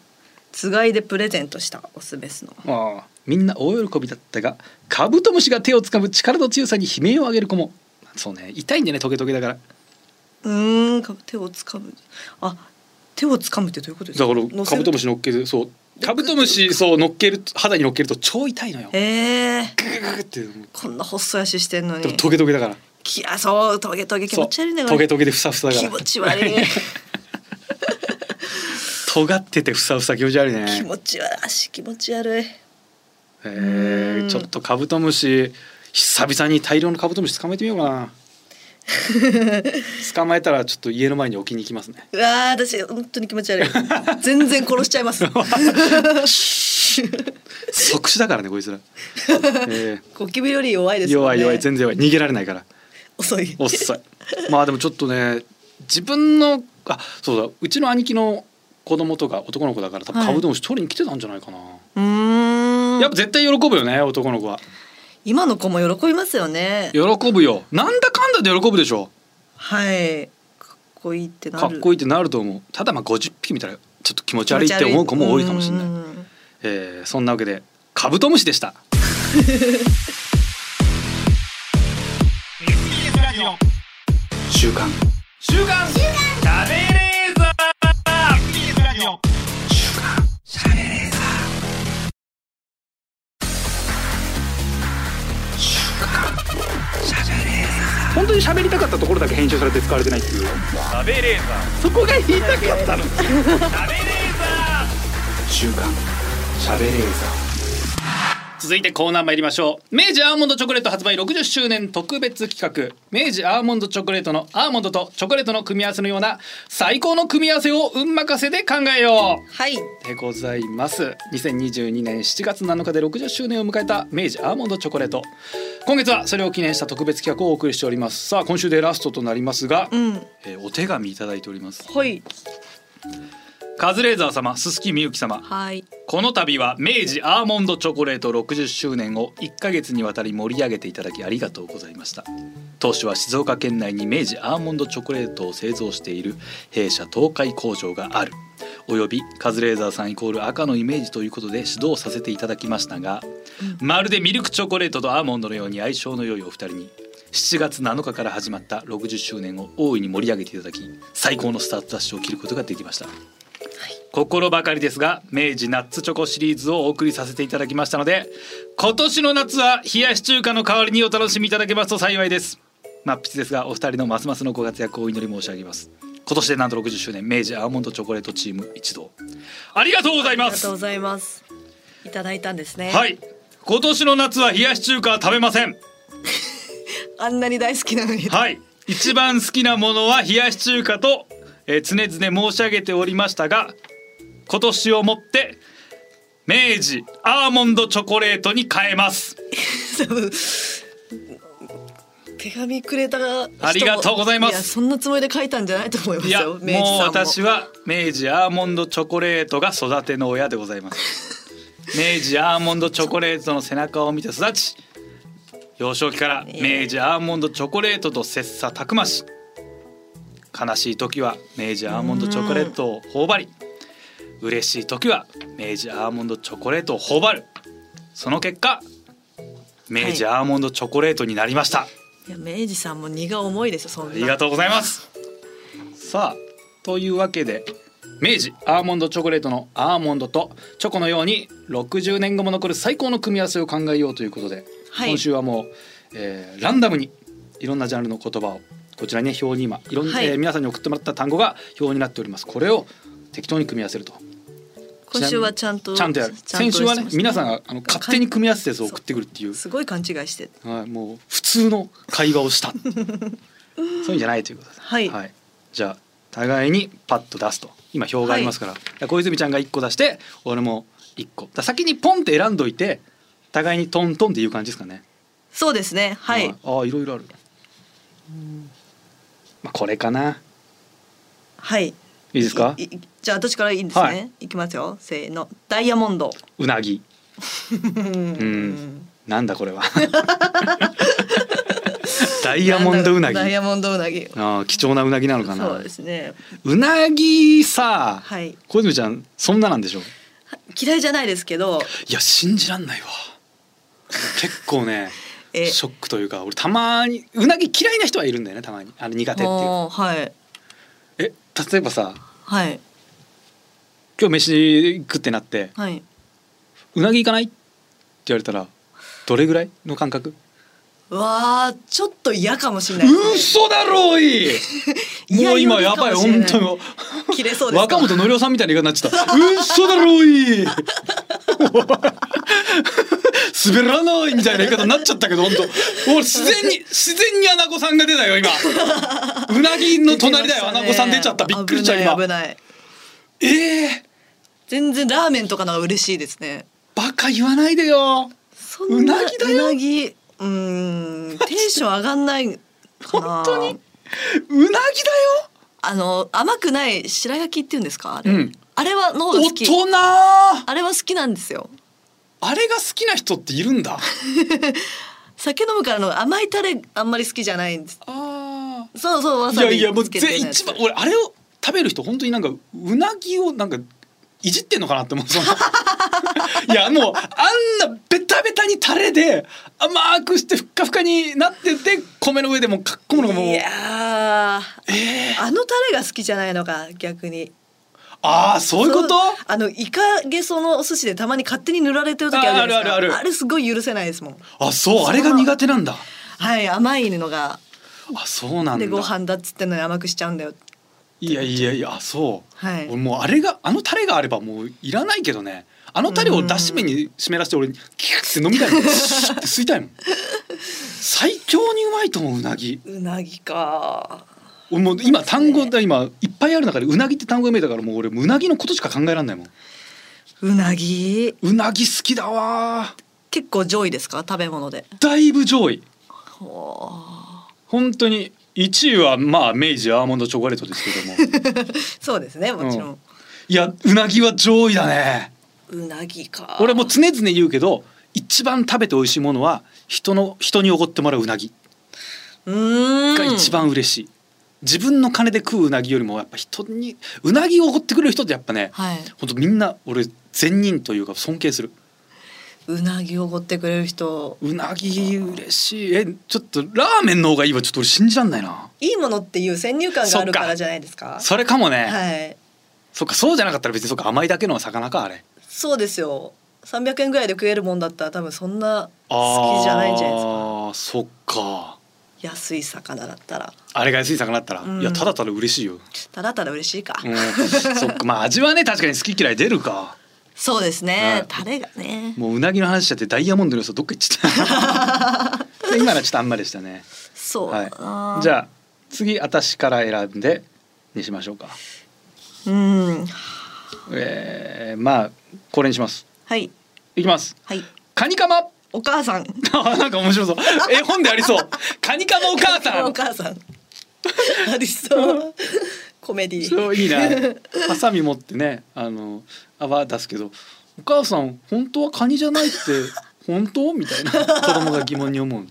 つがいでプレゼントしたオスベスの。ああみんな大喜びだったがカブトムシが手をつかむ力の強さに悲鳴を上げる子もそうね痛いんだよねトゲトゲだからうーん。か手をつかむ。あ手をつかむってどういうことですだか。からカブトムシ。シ乗っけるそうカブトムシそう乗っける肌に乗っけると超痛いのよへえ。ググググってもうこんな細い足してんのでもに。トゲトゲだからきやそうトゲトゲ気そ持うち悪いんだかトら。ゲトゲでふさふさだか気ら持ち悪い尖っててふさふさ気持ち悪いね 気持ち悪い足気持ち悪へいうえんちょっとカブトムシ久々に大量のカブトムシ捕まえてみようか な捕まえたらちょっと家の前に置きに行きます ねうわあ私本当に気持ち悪い全然殺しちゃ います即死だからねこいつ ら、えゴキブリより弱いでーすもん弱ねい弱い全然弱い逃げられないから遅い遅い まあでもちょっとね自分のあそうだうちの兄貴の子供とか男の子だから多分はいカブトムシ取りに来てたんじゃないかな、うーんやっぱ絶対喜ぶよね男の子は今の子も喜びますよね喜ぶよなんだかんだで喜ぶでしょはいかっこいいってなるかっこいいいいってなると思うただまあ50匹見たらちょっと気持ち悪いって思う子も多いかもしれない、えーそんなわけでカブトムシでした週刊週刊本当に喋りたかったところだけ編集されて使われてないっていうそこが言いたかったの週刊喋れー続いてコーナー参りましょう明治アーモンドチョコレート発売60周年特別企画明治アーモンドチョコレートのアーモンドとチョコレートの組み合わせのような最高の組み合わせを運任せで考えようはいでございます2022年7月7日で60周年を迎えた明治アーモンドチョコレート今月はそれを記念した特別企画をお送りしておりますさあ今週でラストとなりますが、うんえーお手紙いただいておりますはいカズレーザー様すすきみゆき様はいこの度は明治アーモンドチョコレート60周年を1ヶ月にわたり盛り上げていただきありがとうございました当初は静岡県内に明治アーモンドチョコレートを製造している弊社東海工場があるおよびカズレーザーさんイコール赤のイメージということで指導させていただきましたが、まるでミルクチョコレートとアーモンドのように相性の良いお二人に7月7日から始まった60周年を大いに盛り上げていただき最高のスタートダッシュを切ることができました心ばかりですが明治ナッツチョコシリーズをお送りさせていただきましたので今年の夏は冷やし中華の代わりにお楽しみいただけますと幸いですマッピチですがお二人のますますのご活躍をお祈り申し上げます今年でなんと60周年明治アーモンドチョコレートチーム一同ありがとうございあまりがすとうございますいただいたんですねはい今年の夏は冷やし中華は食べませんあんなに大好きなのにはい一番好きなものは冷やし中華と、えー常々申し上げておりましたが今年をもって明治アーモンドチョコレートに変えます多分手紙くれた人もありがとうございますやそんなつもりで書いたんじゃないと思いまいすやもよう明治さんも私は明治アーモンドチョコレートが育ての親でございます 明治アーモンドチョコレートの背中を見て育ち幼少期から明治アーモンドチョコレートと切磋琢磨し悲しい時は明治アーモンドチョコレートを頬張り嬉しい時は明治アーモンドチョコレートを頬張るその結果明治アーモンドチョコレートになりました、いや明治さんも荷が重いですよそんなありがとうございます。さあというわけで明治アーモンドチョコレートのアーモンドとチョコのように60年後も残る最高の組み合わせを考えようということで、はい今週はもう、えーランダムにいろんなジャンルの言葉をこちらね表に今いろんな、はいえー皆さんに送ってもらった単語が表になっておりますこれを適当に組み合わせると今週はちゃんとちゃんとやるちゃん先と週はねしてました皆さんがあの勝手に組み合わせたやつを送ってくるっていうすごい勘違いしてはい、もう普通の会話をした そういうんじゃないということです、はいじゃあ互いにパッと出すと今表がありますから、小泉ちゃんが1個出して俺も1個だから先にポンって選んどいて互いにトントンっていう感じですかねそうですねはい、ああいろいろある、まあこれかなはいいいいですかいじゃあ私からいいんですね、はいい、きますよせーのダイヤモンドうなぎうんなんだこれは ダイヤモンドうなぎダイヤモンドウナギああ貴重なうなぎなのかなそうですねうなぎさ、はい小泉ちゃんそんななんでしょう嫌いじゃないですけどいや信じらんないわ結構ね えショックというか俺たまにうなぎ嫌いな人はいるんだよねたまにあの苦手っていうもうはいえ例えばさはい今日飯食ってなってはいうなぎ行かないって言われたらどれぐらいの感覚うわあちょっと嫌かもしれないです嘘だろおい いやもう今いややいやばいかもしれ本ない当にね切れそうですか若本のりおさんみたいな言い方になっちゃった嘘だろおい滑らないみたいな言い方になっちゃったけど本当俺自然に自然にアナゴさんが出たよ今うなぎの隣だよ、アナゴさん出ちゃったびっくりしちゃう危今ない危ないええ全然ラーメンとかの方が嬉しいですねバカ言わないでよそんなうなぎだようなぎうーんテンション上がんないかな本当にうなぎだよあの甘くない白焼きっていうんですかあれ,、うんあれはの方が大好き人あれは好きなんですよあれが好きな人っているんだ酒飲むからの甘いタレあんまり好きじゃないんですあそうそうわいさやびいやもうつけてぜね一番俺あれを食べる人本当になんかうなぎをなんかいじってんのかなって思う そのいやもうあんなベタベタにタレで甘くしてふっかふかになってて米の上でもうかっこむのがもういやーえーあのタレが好きじゃないのか逆にああそういうことそうあのイカゲソのお寿司でたまに勝手に塗られてる時あるじゃないですかああるあるあるあれすごい許せないですもんあそうあれが苦手なんだはい甘いのがあそうなんだでご飯だっつってんのに甘くしちゃうんだよいやいやいやあそう、はい俺もうあれがあのタレがあればもういらないけどねあのタレをだし麺に湿らせて俺キュッて飲みたいも んシュッて吸いたいもん最強にうまいと思ううなぎうなぎか俺もう今単語で今いっぱいある中でうなぎって単語が見えたからもう俺うなぎのことしか考えられないもんうなぎうなぎ好きだわ結構上位ですか食べ物でーだいぶ上位ほ本当に1位はまあ明治アーモンドチョコレートですけ どもうそうですねもちろん、いやうなぎは上位だねうなぎか俺もう常々言うけど一番食べて美味しいものは人の人におごってもらううなぎうーんが一番嬉しい、自分の金で食ううなぎよりもやっぱ人にうなぎをおごってくれる人ってやっぱねはいほんとみんな俺善人というか尊敬するうなぎをおごってくれる人うなぎ嬉しいえちょっとラーメンの方がいいわちょっと俺信じらんないないいものっていう先入観があるかそっからじゃないですかそれかもね、はいそっかそうじゃなかったら別にそっか甘いだけの魚かあれそうですよ300円ぐらいで食えるもんだったら多分そんなあー好きじゃないんじゃないですかそっか安い魚だったらあれが安い魚だったら、うんいやただただ嬉しいよ、ただただ嬉しいか、うん、そっかまあ味はね確かに好き嫌い出るかそうですはねいタレがねもううなぎの話しちゃってダイヤモンドの予想どっか行っちゃった今のはちょっとあんまでしたねそうだな、はいじゃあ次私から選んでにしましょうかうんえー、まあこれにしますはいいきますはいカニカマ お母さんあなんか面白そう絵本でありそうカニカマお母さおん母さんありそうコメディそういいな ハサミ持ってねあの泡出すけどお母さん本当はカニじゃないって本当みたいな子供が疑問に思う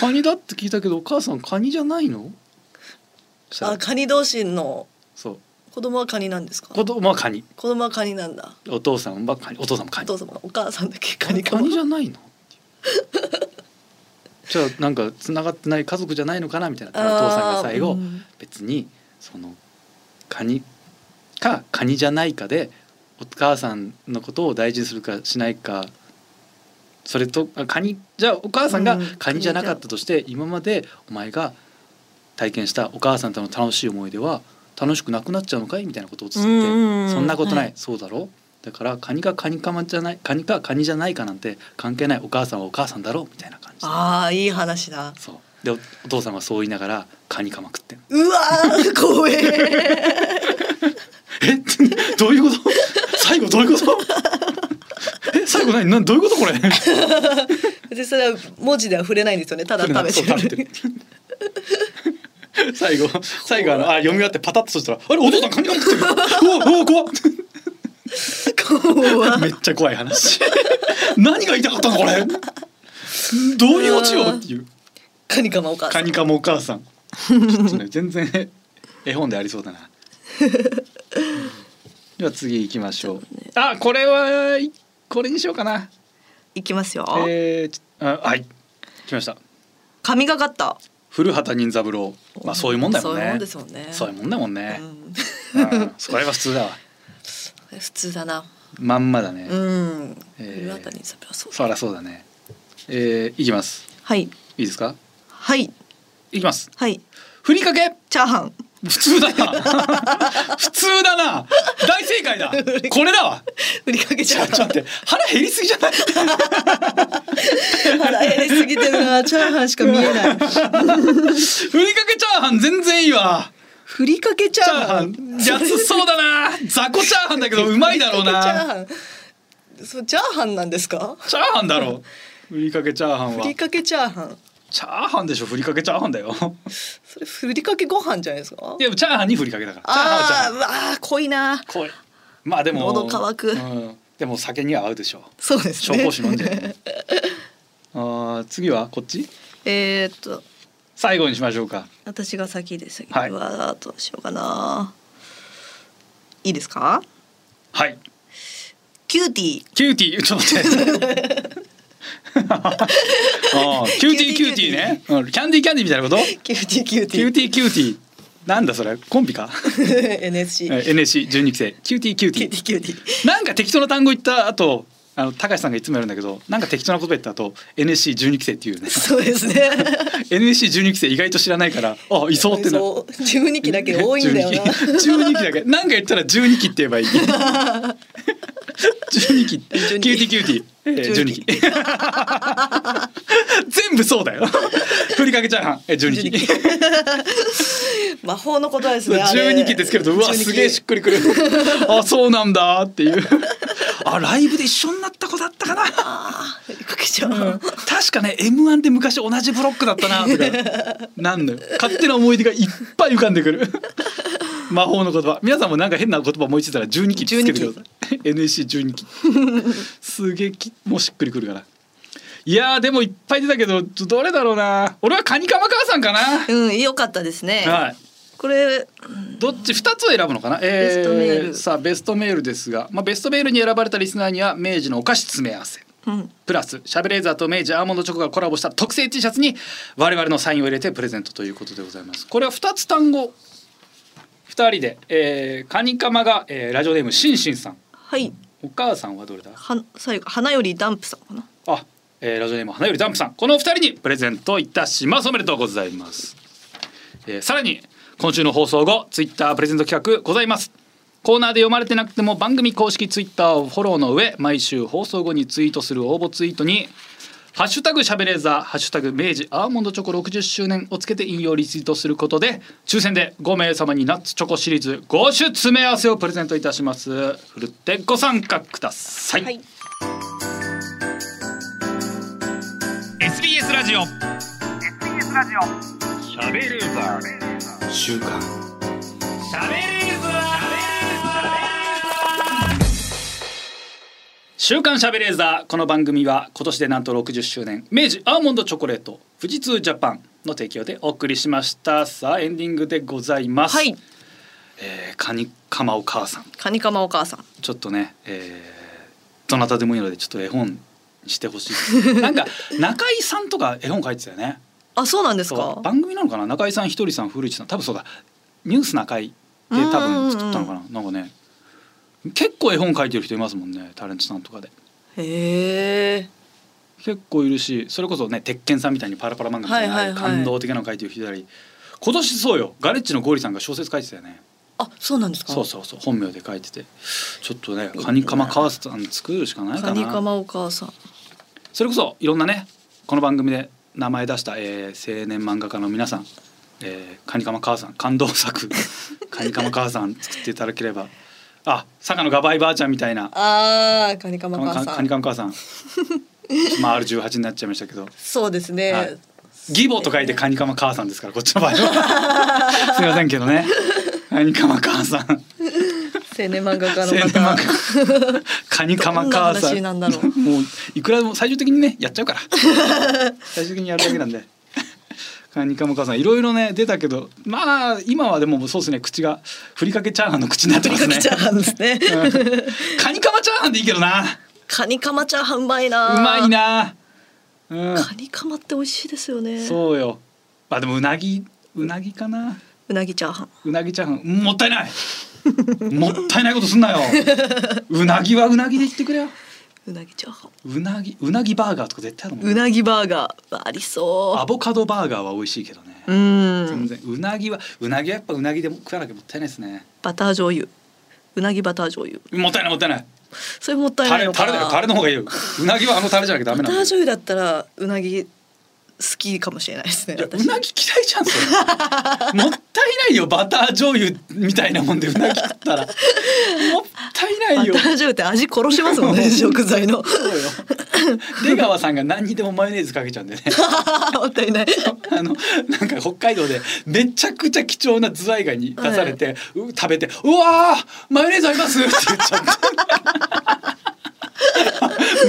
カニだって聞いたけどお母さんカニじゃないのしたあらカニ同士のそう子供はカニなんですか子子供はカニ供はカニなんだお父さんはカニお父さんもカおニ父様お母さんだけカニかカもニじゃないのじゃあなんかつながってない家族じゃないのかなみたいなおあー父さんが最後、うん別にそのカニかカニじゃないかでお母さんのことを大事にするかしないかそれとあカニじゃあお母さんがうんカニじゃなかったとして、今までお前が体験したお母さんとの楽しい思い出は楽しくなくなっちゃうのかいみたいなことをつって、うんうんうんそんなことない、はいそうだろだからカニがカニかまじゃないカニかカニじゃないかなんて関係ないお母さんはお母さんだろみたいな感じでああいい話だそうでおお父さんはそう言いながらカニかまくってんうわー怖ええ どういうこと最後どういうこと え最後何なんどういうことこれでそれは文字では触れないんですよねただ食べそてうる 食べてる 最後最後あのあ読み終わってパタッとそしたらあれお父さんカニが持ってるおお怖っ怖めっちゃ怖い話 何が言いたかったのこれどういうオチよっていうカニカマお母さカんニかもお母さんちょっとね全然絵本でありそうだ なでは次行きましょうあこれはいこれにしようかないきますよ、えーちあはい来ました神がかった古畑任三郎まあそういうもんだよねそういうもんですもんねそういうもんだもんね、ううんそれは普通だわん普通だなまんまだね、うん、えー古畑任三郎そうだそりゃそうだねえー、いきますはいいいですかはいいきますはいふりかけチャーハン普通だな 普通だな大正解 だこれだわふりかけチちャょーっとハン待って腹減りすぎじゃない腹減りすぎてるなチャーハンしか見え なふりいかけチャーハン全然いいわふりかけチャチャーーハハン ン安そうだな雑魚チャーハンだけどうまいだろうチャーなハンそうチャーハンなんですかチャーハンだろう ふりかけチャーハンふはりかけチャーハンチャーハンでしょふりかけチャーハンだ よそれふりかけご飯じゃないですかいやチャーハンにふりかけだからチャーハンはチャーハあンーうわー濃いな怖いまあでも喉乾くうん、でも酒には合うでしょうそうです紹ね興酒飲んじゃうあー次はこっち えーっと最後にしましょうか私が先でしたけど、ははいどうしようかないいですかはいキューティーキューティー ちょっと待って あーキューティーキキュューテーティーィーね、うん、キャンディーキャンディーみたいなことキューティーキューテキューィティーキューティーなんだそれコンビ か ー NSC え NSC12 期生キューティーキューテキュィーーティーキューティーなんか適当な単語言った後あの高橋さんがいつもやるんだけどなんか適当なこと言った後 NSC12 期生っていうねそうですね NSC12 期生意外と知らないからあいそうってなるそう12期だけ多いんだよな12期だけなんか言ったら12期って言えばいい12期キューテ12ィーキューティーえー12期全部そうだよふりかけチャーハンえー12期魔法のことですそうねあれ12期ですけれどうわ12期すげえしっくりくるあそうなんだっていうあライブで一緒になった子だったかなあーかけちゃう確かね m 1で昔同じブロックだったなとかなんのよ勝手な思い出がいっぱい浮かんでくる 魔法の言葉皆さんもなんか変な言葉思いついたら12期つけてください NSC12 期すげえきもうしっくりくるからいやーでもいっぱい出たけどどれだろうな俺はカニカマ母さんかな、うん良かったですねはいこれどっち二つを選ぶのかな。えベストメールさあベストメールですが、まあベストメールに選ばれたリスナーには明治のお菓子詰め合わせ。うんプラスシャベレーザーと明治アーモンドチョコがコラボした特製 T シャツに我々のサインを入れてプレゼントということでございます。これは二つ単語二人で、えー、カニカマが、えー、ラジオネームシンシンさん。はいお母さんはどれだ。は最後花よりダンプさんかなあ、えー、ラジオネーム花よりダンプさんこのお二人にプレゼントいたしますおめでとうございます、えー、さらに今週の放送後ツイッタープレゼント企画ございますコーナーで読まれてなくても番組公式ツイッターをフォローの上毎週放送後にツイートする応募ツイートに「ハッシュタグしゃべれーザー」「ハッシュタグ明治アーモンドチョコ60周年」をつけて引用リツイートすることで抽選で5名様にナッツチョコシリーズ5種詰め合わせをプレゼントいたしますふるってご参加ください、はい SBS ラジオしゃべれーザ週刊しゃべれーザ週刊しゃべレーザーこの番組は今年でなんと60周年明治アーモンドチョコレート富士通ジャパンの提供でお送りしましたさあエンディングでございます、はいえーカニカマお母さんカニカマお母さんちょっとね、えーどなたでもいいのでちょっと絵本にしてほしい ですなんか中井さんとか絵本書いてたよねあそうなんですそかう番組なのかな中井さんひとりさん古市さん多分そうだニュース中井で多分作ったのかななんかね結構絵本書いてる人いますもんねタレントさんとかでへえ結構いるしそれこそね鉄拳さんみたいにパラパラ漫画みたいはいはいなはい感動的なの書いてる人いたり今年そうよガレッジのゴーリさんが小説書いてたよねあそうなんですかそうそうそう本名で書いててちょっとねカニカマ母さん作るしかないかカなニカマお母さんそれこそいろんなねこの番組で名前出した、えー青年漫画家の皆さん、えーカニカマ母さん感動作 カニカマ母さん作っていただければあ坂野ガバイばあちゃんみたいなあーカニカマお母カさニんカマ母さんまあ R18 になっちゃいましたけどそうですね、はい義母と書いてカニカマ母さんですからこっちの場合 はすいませんけどねカニカマ母さん青年漫画家青の年方漫画カニカマ母さどんな話なんだろうもういくらでも最終的にねやっちゃうから最終的にやるだけなんでカニカマ母さんいろいろね出たけどまあ今はでもそうですね口がふりかけチャーハンの口になってますねチャーハンですねカニカマチャーハンでいいけどなカニカマチャーハンうまいなうまいなうんカニカマって美味しいですよねそうよあでもうなぎうなぎかなうなぎチャーハンうなぎチャーハンもったいないもったいないことすんなようなぎはうなぎで言ってくれようなぎチャーハンうなぎうなぎバーガーとか絶対あるもんうねなぎバーガーありそアボカドバーガーは美味しいけどねううん全然うなぎはうなぎはやっぱうなぎでも食わなきゃもったいないですねバター醤油うなぎバター醤油もったいないもったいないそれもったいタないレのタかレなだよタレの方がいいようなぎはあのタレじゃなきゃダメバなんだターよ醤油だったらうなぎ好きかもしれないですねいや私うなぎ嫌いじゃんそ れもったいないよバター醤油みたいなもんでうなぎ食ったら もったいなバタいーよ醤油って味殺しますもん ね食材の そうよ出川さんが何にでもマヨネーズかけちゃうんでねもったいないあのなんか北海道でめちゃくちゃ貴重なズワイガニ出されて、う食べて「うわーマヨネーズあります!」って 言っちゃって。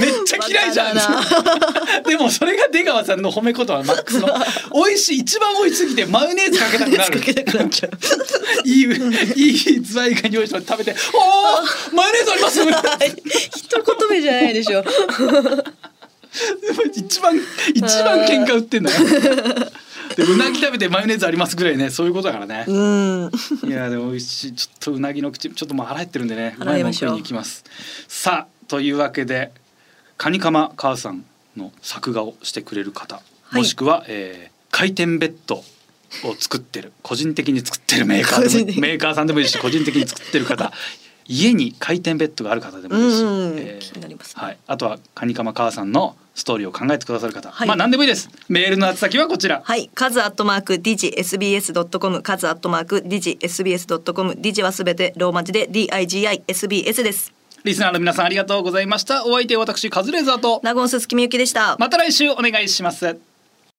めっちゃ嫌いじゃんバカ でもそれが出川さんの褒め言葉マック スの美味しい一番美味しすぎてマヨネーズかけたくなるかけたくなっちゃ ういいいいズワイガニ美味しいの食べて「おーマヨネーズあります!」 一言目じゃないでしょ一番一番喧嘩売ってん だよ。でうなぎ食べてマヨネーズありますぐらいねそういうことだからね。うんいやでも美味しいちょっとうなぎの口ちょっともう腹減ってるんで ねう腹まい減りもんまし食ょいうに行きます。さあというわけでカニカマ母さんの作画をしてくれる方、はいもしくは、えー回転ベッドを作ってる個人的に作ってるメーカ個ー人で的もにメーカーさんでもいいし個人的に作ってる 方家に回転ベッドがある方でもいいし、うんうんえー気になりますねはい、あとはカニカマ母さんのストーリーを考えてくださる方、はいまあ何でもいいですメールの宛先はこちらはい、カズアットマークディジ SBS ドットコム、カズアットマークディジ SBS ドットコム、ディジはすべてローマ字で D I G I S B S です。リスナーの皆さんありがとうございましたお相手は私カズレーザーとナゴンススキミユキでした。また来週お願いします